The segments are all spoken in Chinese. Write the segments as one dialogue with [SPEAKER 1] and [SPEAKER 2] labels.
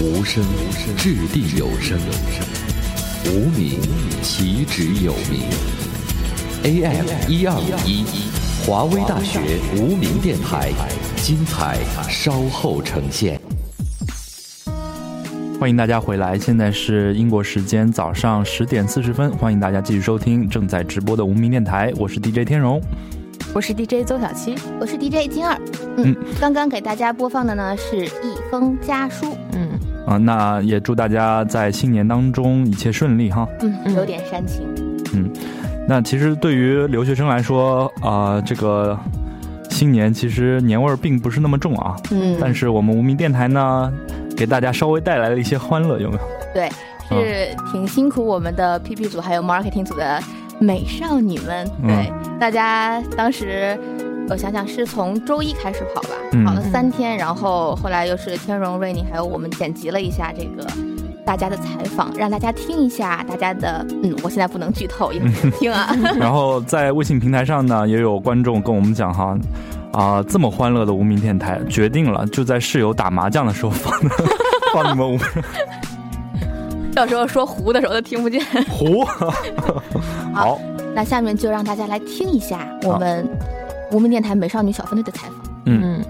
[SPEAKER 1] 无声掷地有声，无名其职有名。AM 一二五一，华威大学无名电台，精彩稍后呈现。
[SPEAKER 2] 欢迎大家回来，现在是英国时间早上十点四十分，欢迎大家继续收听正在直播的无名电台，我是 DJ 天荣。
[SPEAKER 3] 我是 DJ 邹小七，
[SPEAKER 4] 我是 DJ 金二，嗯，刚刚给大家播放的呢是一封家书，
[SPEAKER 3] 嗯，
[SPEAKER 2] 啊、那也祝大家在新年当中一切顺利哈。
[SPEAKER 4] 嗯，
[SPEAKER 3] 嗯
[SPEAKER 4] 有点煽情，
[SPEAKER 2] 那其实对于留学生来说，啊、这个新年其实年味儿并不是那么重啊，
[SPEAKER 4] 嗯
[SPEAKER 2] 但是我们无名电台呢，给大家稍微带来了一些欢乐，有没有？
[SPEAKER 4] 对，是挺辛苦我们的 PP 组还有 marketing 组的美少女们，
[SPEAKER 2] 嗯
[SPEAKER 4] 对，大家当时。我想想，是从周一开始跑吧，
[SPEAKER 2] 嗯
[SPEAKER 4] 跑了三天，然后后来又是天荣、瑞宁还有我们剪辑了一下这个大家的采访，让大家听一下大家的，嗯，我现在不能剧透，也不能听啊，
[SPEAKER 2] 然后在微信平台上呢，也有观众跟我们讲哈，啊、这么欢乐的无名电台，决定了就在室友打麻将的时候放的 放你们无
[SPEAKER 4] 到时候说糊的时候都听不见。
[SPEAKER 2] 胡。好，
[SPEAKER 4] 那下面就让大家来听一下我们无名电台美少女小分队的采访。
[SPEAKER 2] 嗯
[SPEAKER 3] 嗯，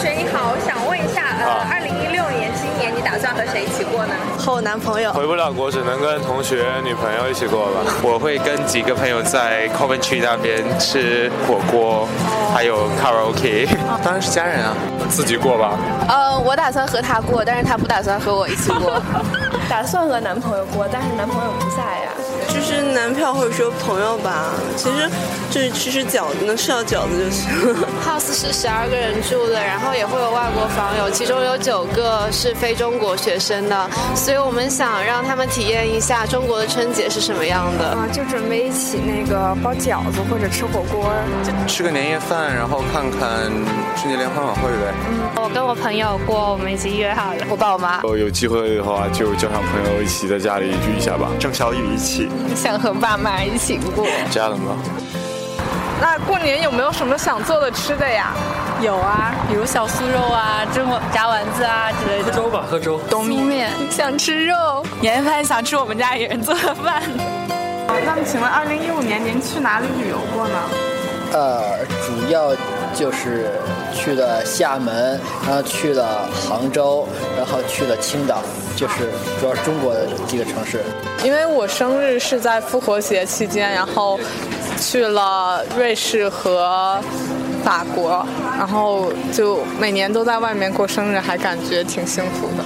[SPEAKER 5] 学你好，我想问一下，呃，二零一六年今年你打算和谁一起过呢？
[SPEAKER 6] 和我男朋友，
[SPEAKER 7] 回不了国，只能跟同学、女朋友一起过吧。
[SPEAKER 8] 我会跟几个朋友在 Coventry 那边吃火锅，还有卡拉 OK。当然是家人啊，
[SPEAKER 7] 自己过吧。
[SPEAKER 6] 呃，我打算和他过，但是他不打算和我一起 过，打算和男朋友过，但是男朋友不在呀、就是男票或者说朋友吧，其实就是吃吃饺子，能吃到饺子就行。
[SPEAKER 9] House 是十二个人住的，然后也会有外国访友，其中有九个是非中国学生的，所以我们想让他们体验一下中国的春节是什么样的。
[SPEAKER 5] 啊、就准备一起那个包饺子或者吃火锅。
[SPEAKER 8] 吃个年夜饭，然后看看春节联欢晚会呗。
[SPEAKER 9] 我跟我朋友过，我们已经约好了。
[SPEAKER 6] 我爸我妈，
[SPEAKER 7] 哦，有机会的话就叫上朋友一起在家里聚一下吧。
[SPEAKER 8] 郑小雨一起，
[SPEAKER 6] 想和爸妈一起过。
[SPEAKER 8] 家人吗？
[SPEAKER 5] 那过年有没有什么想做的吃的呀？
[SPEAKER 6] 有啊，比如小酥肉啊、蒸炸丸子啊之类的。粥吧，喝粥。冬面想吃肉，年夜饭想吃我们家里人做的饭。
[SPEAKER 5] 那么请问，二零一五年您去哪里旅游过呢？
[SPEAKER 10] 呃，主要就是去了厦门，
[SPEAKER 6] 呃
[SPEAKER 10] 然后去了杭州，然后去了青岛，就是主要是中国的几个城市。
[SPEAKER 6] 因为我生日是在复活节期间，然后去了瑞士和法国，然后就每年都在外面过生日，还感觉挺幸福的。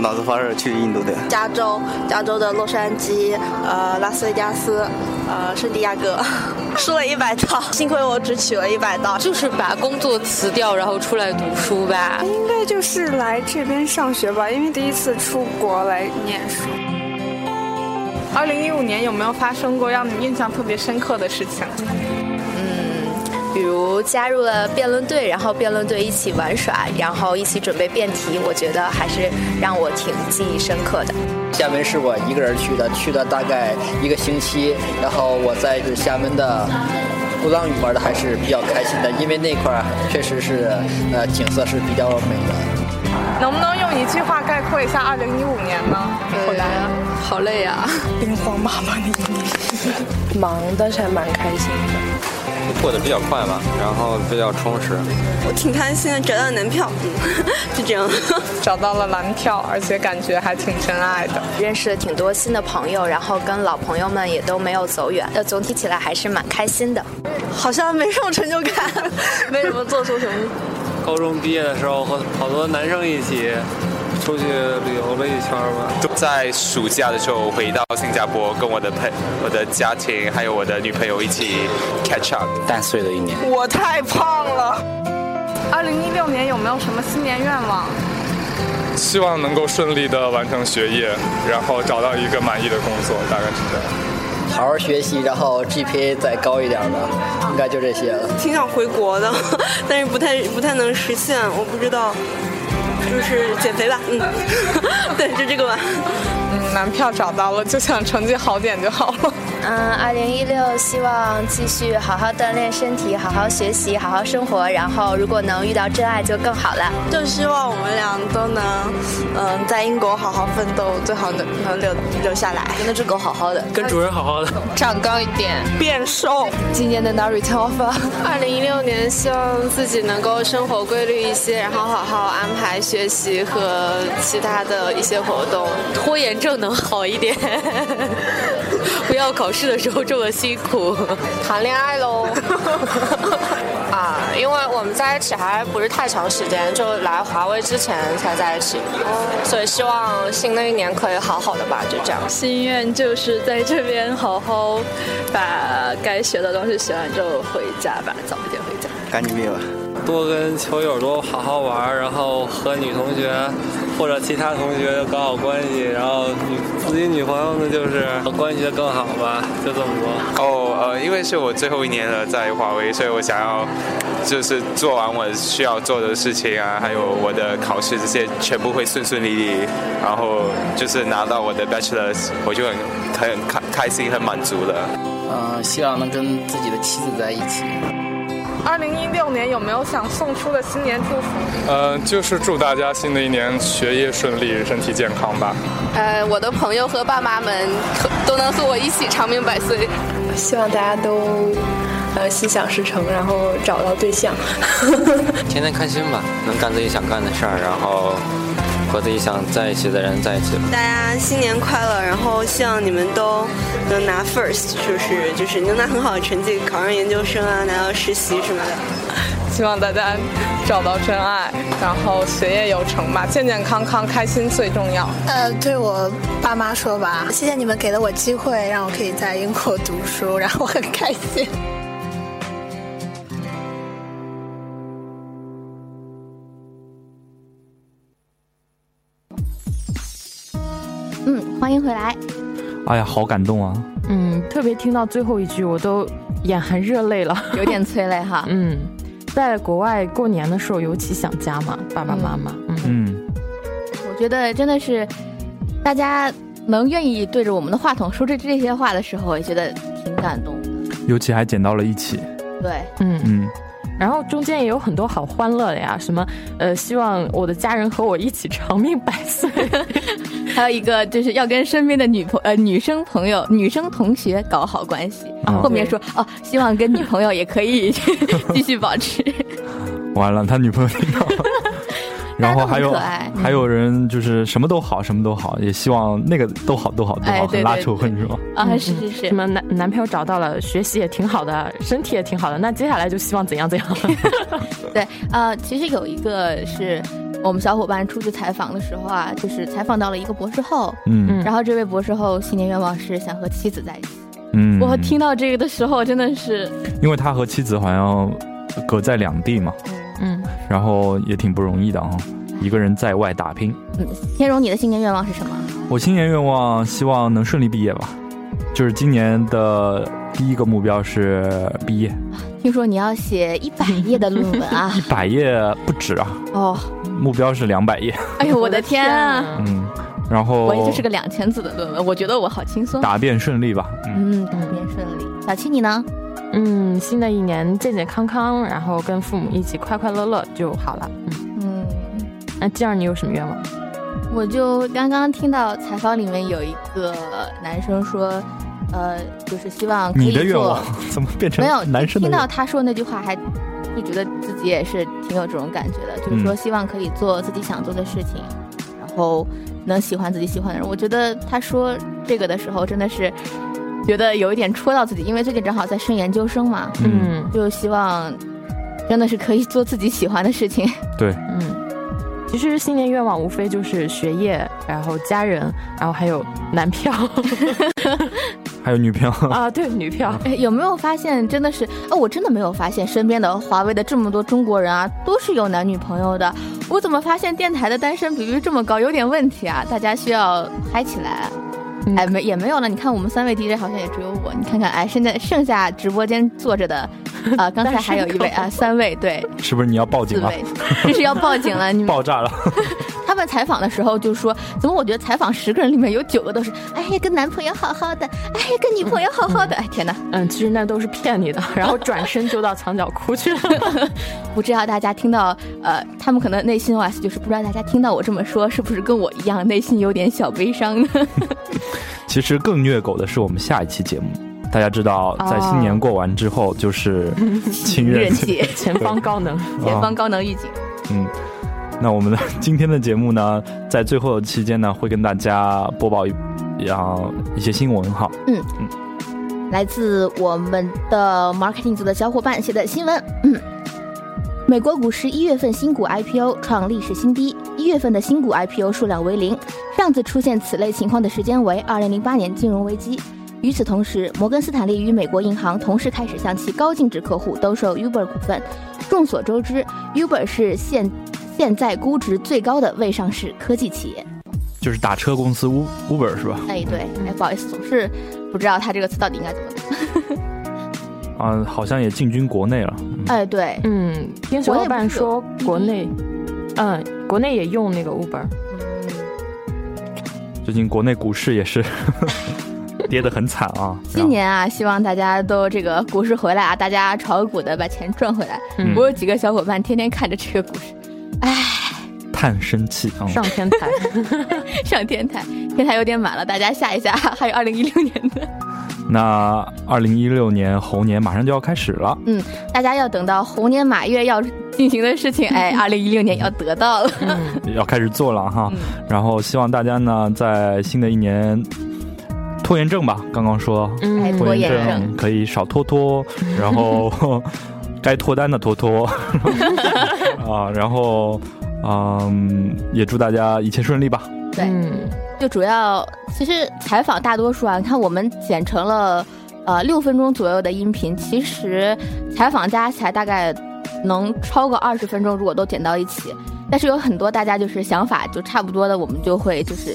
[SPEAKER 8] 脑子发热去印度的。
[SPEAKER 6] 加州，加州的洛杉矶，呃，拉斯维加斯，呃，圣地亚哥，输了一百道，幸亏我只取了一百道。就是把工作辞掉，然后出来读书吧。
[SPEAKER 5] 应该就是来这边上学吧，因为第一次出国来念书。二零一五年有没有发生过让你印象特别深刻的事情？
[SPEAKER 9] 比如加入了辩论队，然后辩论队一起玩耍，然后一起准备辩题，我觉得还是让我挺记忆深刻的。
[SPEAKER 10] 厦门是我一个人去的，去了大概一个星期，然后我在就是厦门的鼓浪屿玩的还是比较开心的，因为那块儿确实是呃景色是比较美的。
[SPEAKER 5] 能不能用一句话概括一下二零一五年呢？好难啊！
[SPEAKER 9] 好累 啊！
[SPEAKER 6] 兵荒马乱的一年，忙，但是还蛮开心的。
[SPEAKER 8] 过得比较快吧，然后比较充实。
[SPEAKER 6] 我挺开心的，找到男票，嗯就这样， 找到了男票，而且感觉还挺真爱的。
[SPEAKER 9] 认识了挺多新的朋友，然后跟老朋友们也都没有走远，呃，总体起来还是蛮开心的。
[SPEAKER 6] 好像没什么成就感，没什么做出什么。
[SPEAKER 7] 高中毕业的时候和好多男生一起出去旅游了一圈吧。
[SPEAKER 8] 在暑假的时候回到新加坡，跟我的朋、我的家庭还有我的女朋友一起 catch up。
[SPEAKER 10] 淡碎的一年，
[SPEAKER 5] 我太胖了。二零一六年有没有什么新年愿望？
[SPEAKER 7] 希望能够顺利的完成学业，然后找到一个满意的工作，大概是这样。
[SPEAKER 10] 好好学习，然后 GPA 再高一点儿吧，应该就这些了。
[SPEAKER 6] 挺想回国的，但是不太不太能实现，我不知道。就是减肥吧，嗯， 对，就这个吧。
[SPEAKER 5] 嗯，男票找到了，就想成绩好点就好了。
[SPEAKER 11] 嗯，二零一六希望继续好好锻炼身体，好好学习，好好生活，然后如果能遇到真爱就更好了。
[SPEAKER 6] 就希望我们俩都能，嗯，在英国好好奋斗，最好能能留留下来。跟那只狗好好的，
[SPEAKER 12] 跟主人好好的，
[SPEAKER 9] 长高一点，
[SPEAKER 6] 变瘦。
[SPEAKER 9] 今年能拿 return offer。二零一六年希望自己能够生活规律一些，然后好好安排学习和其他的一些活动。
[SPEAKER 13] 拖延症能好一点， 不要考试的时候这么辛苦。
[SPEAKER 14] 谈恋 爱喽。啊，因为我们在一起还不是太长时间，就来华为之前才在一起，
[SPEAKER 13] 哦
[SPEAKER 14] 所以希望新的一年可以好好的吧，就这样。
[SPEAKER 15] 心愿就是在这边好好把该学的东西学完之后回家吧，早一点回家。
[SPEAKER 16] 赶紧毕业吧。
[SPEAKER 12] 多跟球友多好好玩，然后和女同学或者其他同学搞好关系，然后女自己女朋友呢就是关系更好吧，就这么多。
[SPEAKER 8] 哦，呃，因为是我最后一年了在华为，所以我想要就是做完我需要做的事情啊，还有我的考试这些全部会顺顺利利，然后就是拿到我的 bachelor，我就很很开开心很满足了。
[SPEAKER 10] 呃，希望能跟自己的妻子在一起。
[SPEAKER 5] 二零一六年有没有想送出的新年祝福？
[SPEAKER 7] 呃，就是祝大家新的一年学业顺利，身体健康吧。
[SPEAKER 9] 呃，我的朋友和爸妈们可都能和我一起长命百岁。
[SPEAKER 17] 希望大家都呃心想事成，然后找到对 象。
[SPEAKER 18] 天天开心吧，能干自己想干的事儿，然后和自己想在一起的人在一起吧。
[SPEAKER 6] 大家新年快乐！然后希望你们都能拿 first，就是就是能拿很好的成绩，考上研究生啊，拿到实习什么的。
[SPEAKER 5] 希望大家找到真爱，然后学业有成吧，健健康康，开心最重要。
[SPEAKER 19] 呃，对我爸妈说吧，谢谢你们给了我机会，让我可以在英国读书，然后我很开心。
[SPEAKER 4] 嗯，欢迎回来。
[SPEAKER 2] 哎呀，好感动啊！
[SPEAKER 3] 嗯，特别听到最后一句，我都眼含热泪了，
[SPEAKER 4] 有点催泪哈。
[SPEAKER 3] 嗯，在国外过年的时候，尤其想家嘛，爸爸妈妈。嗯，
[SPEAKER 2] 嗯
[SPEAKER 4] 我觉得真的是，大家能愿意对着我们的话筒说这这些话的时候，也觉得挺感动的。
[SPEAKER 2] 尤其还捡到了一起。
[SPEAKER 4] 对，
[SPEAKER 3] 嗯
[SPEAKER 2] 嗯，
[SPEAKER 3] 然后中间也有很多好欢乐的呀，什么呃，希望我的家人和我一起长命百岁，
[SPEAKER 4] 还有一个就是要跟身边的女朋呃女生朋友、女生同学搞好关系。
[SPEAKER 2] 哦
[SPEAKER 4] 后面说哦，希望跟女朋友也可以 继续保持。
[SPEAKER 2] 完了，他女朋友听到了。然后还有
[SPEAKER 4] 大家都很可爱
[SPEAKER 2] 还有人就是什么都好，什么都好，也希望那个都好，都好，都
[SPEAKER 3] 哎
[SPEAKER 2] 好，
[SPEAKER 3] 对
[SPEAKER 2] 很拉
[SPEAKER 3] 对
[SPEAKER 2] 仇恨是吧？
[SPEAKER 4] 啊，是是是，
[SPEAKER 3] 什么男男朋友找到了，学习也挺好的，身体也挺好的，那接下来就希望怎样怎样。
[SPEAKER 4] 对，呃，其实有一个是我们小伙伴出去采访的时候啊，就是采访到了一个博士后，
[SPEAKER 2] 嗯嗯
[SPEAKER 4] 然后这位博士后新年愿望是想和妻子在一起。
[SPEAKER 2] 嗯，
[SPEAKER 4] 我听到这个的时候真的是，
[SPEAKER 2] 因为他和妻子好像隔在两地嘛，
[SPEAKER 4] 嗯，
[SPEAKER 2] 然后也挺不容易的哈、一个人在外打拼。
[SPEAKER 4] 天荣，你的新年愿望是什么？
[SPEAKER 2] 我新年愿望希望能顺利毕业吧，就是今年的第一个目标是毕业，！
[SPEAKER 4] 听说你要写一百页的论文啊
[SPEAKER 2] 百页不止啊，
[SPEAKER 4] 哦，
[SPEAKER 2] 目标是两百页。
[SPEAKER 4] 哎呦，我的天啊！
[SPEAKER 2] 嗯，然后
[SPEAKER 4] 我也就是个两千字的论文，我觉得我好轻松。
[SPEAKER 2] 答辩顺利吧。嗯，
[SPEAKER 4] 嗯，答辩顺利。小七，你呢？
[SPEAKER 3] 嗯，新的一年健健康康，然后跟父母一起快快乐乐就好了。嗯
[SPEAKER 4] 嗯，
[SPEAKER 3] 那这样你有什么愿望？
[SPEAKER 4] 我就刚刚听到采访里面有一个男生说，呃，就是希望可以
[SPEAKER 2] 你的愿
[SPEAKER 4] 做
[SPEAKER 2] 望怎么变成
[SPEAKER 4] 没有
[SPEAKER 2] 男生的
[SPEAKER 4] 听
[SPEAKER 2] 愿
[SPEAKER 4] 到
[SPEAKER 2] 望？
[SPEAKER 4] 他说那句话还，就觉得自己也是挺有这种感觉的，就是
[SPEAKER 2] 嗯
[SPEAKER 4] 说希望可以做自己想做的事情，然后能喜欢自己喜欢的人。我觉得他说这个的时候，真的是觉得有一点戳到自己，因为最近正好在升研究生嘛，
[SPEAKER 3] 嗯，
[SPEAKER 4] 就希望真的是可以做自己喜欢的事情。
[SPEAKER 2] 对，
[SPEAKER 3] 嗯，其实新年愿望无非就是学业，然后家人，然后还有男 票
[SPEAKER 2] 还有女票。
[SPEAKER 3] 啊，对，女票。
[SPEAKER 4] 哎，有没有发现真的是？哦，我真的没有发现身边的华为的这么多中国人啊，都是有男女朋友的。我怎么发现电台的单身比率这么高？有点问题啊，大家需要嗨起来。哎，没也没有了。你看我们三位 DJ 好像也只有我，你看看，哎，现在剩下直播间坐着的啊，刚才还有一位啊，三位对，
[SPEAKER 2] 是不是你要报
[SPEAKER 4] 四
[SPEAKER 2] 警了？
[SPEAKER 4] 位，这是要报警了，你们
[SPEAKER 2] 爆炸了！
[SPEAKER 4] 他们采访的时候就说，怎么我觉得采访十个人里面有九个都是，哎呀，跟男朋友好好的，哎呀，跟女朋友好好的，哎，天哪！
[SPEAKER 3] 嗯，其实那都是骗你的，然后转身就到墙角哭 去了。
[SPEAKER 4] 不知道大家听到，呃，他们可能内心 OS 就是不知道大家听到我这么说，是不是跟我一样内心有点小悲伤呢？
[SPEAKER 2] 其实更虐狗的是我们下一期节目。大家知道，
[SPEAKER 4] 哦
[SPEAKER 2] 在新年过完之后 就是情人
[SPEAKER 4] 节，
[SPEAKER 3] 前方高能，
[SPEAKER 4] 前方高能预警。
[SPEAKER 2] 嗯，那我们的 今天的节目呢，在最后的期间呢，会跟大家播报一啊一些新闻哈。
[SPEAKER 4] 嗯，来自我们的 marketing 组的小伙伴写的新闻。嗯，美国股市一月份新股 IPO 创历史新低，一月份的新股 IPO 数量为零，上次出现此类情况的时间为二零零八年金融危机。与此同时，摩根斯坦利与美国银行同时开始向其高净值客户兜售 Uber 股份。众所周知，Uber 是现现在估值最高的未上市科技企业。
[SPEAKER 2] 就是打车公司 U- Uber 是吧？
[SPEAKER 4] 哎，对，哎，不好意思，总是不知道它这个词到底应该怎么读。
[SPEAKER 2] 啊，好像也进军国内了。
[SPEAKER 4] 哎，对，
[SPEAKER 3] 嗯，听小伙伴说国内，嗯，国内也用那个 Uber，
[SPEAKER 2] 最近国内股市也是 跌得很惨啊。
[SPEAKER 4] 今年啊，希望大家都这个股市回来啊，大家炒股的把钱赚回来。
[SPEAKER 2] 嗯
[SPEAKER 4] 我有几个小伙伴天天看着这个股市，
[SPEAKER 2] 叹声气啊！
[SPEAKER 4] 上
[SPEAKER 3] 天台，
[SPEAKER 4] 上天台，天台有点满了，大家下一 下。还有二零一六年的，
[SPEAKER 2] 那二零一六年猴年马上就要开始了，
[SPEAKER 4] 嗯，大家要等到猴年马月要进行的事情，哎，二零一六年要得到了。
[SPEAKER 2] 要开始做了哈。
[SPEAKER 4] 嗯
[SPEAKER 2] 然后希望大家呢，在新的一年。拖延症吧，刚刚说，
[SPEAKER 4] 嗯哎拖延症
[SPEAKER 2] 症可以少拖拖，然 后该脱单的脱脱，啊，然后，嗯，也祝大家一切顺利吧。
[SPEAKER 4] 对，就主要其实采访大多数啊，你看我们剪成了呃六分钟左右的音频，其实采访加起来大概能超过二十分钟，如果都剪到一起。但是有很多大家就是想法就差不多的，我们就会就是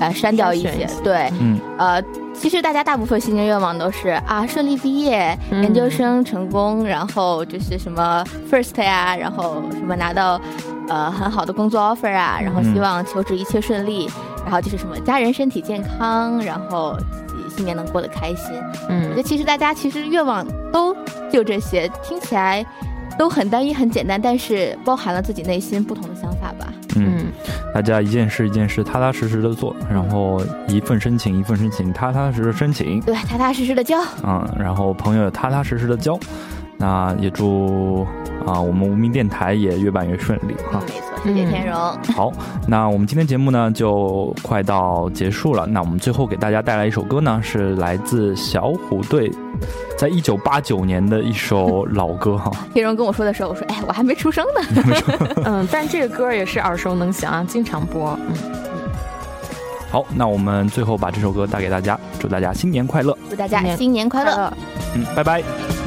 [SPEAKER 4] 呃删掉一
[SPEAKER 3] 筛选
[SPEAKER 4] 些
[SPEAKER 3] 一下，
[SPEAKER 4] 对，
[SPEAKER 2] 嗯
[SPEAKER 4] 呃。其实大家大部分新年愿望都是啊顺利毕业、研究生成功，然后就是什么 first 呀、然后什么拿到呃很好的工作 offer 啊，然后希
[SPEAKER 2] 嗯
[SPEAKER 4] 望求职一切顺利，然后就是什么家人身体健康，然后自己新年能过得开心。
[SPEAKER 3] 嗯
[SPEAKER 4] 我觉得其实大家其实愿望都就这些，听起来都很单一很简单，但是包含了自己内心不同的想法吧。
[SPEAKER 2] 嗯，大家一件事一件事踏踏实实的做，然后一份申请一份申请，踏踏实实申请，
[SPEAKER 4] 对，踏踏实实的交。
[SPEAKER 2] 嗯，然后朋友也踏踏实实的交。那也祝啊，我们无名电台也越办越顺利啊哈。
[SPEAKER 4] 没
[SPEAKER 19] 嗯
[SPEAKER 4] 错，谢谢
[SPEAKER 2] 嗯
[SPEAKER 4] 天荣。
[SPEAKER 2] 好，那我们今天节目呢就快到结束了。那我们最后给大家带来一首歌呢，是来自小虎队，在一九八九年的一首老歌哈。
[SPEAKER 4] 天荣跟我说的时候，我说：“哎，我还没出生呢。
[SPEAKER 3] 嗯，但这个歌也是耳熟能详，经常播。嗯，
[SPEAKER 2] 好，那我们最后把这首歌带给大家，祝大家新年快乐。
[SPEAKER 4] 祝大家新年快乐。
[SPEAKER 2] 嗯，拜拜。
[SPEAKER 4] 拜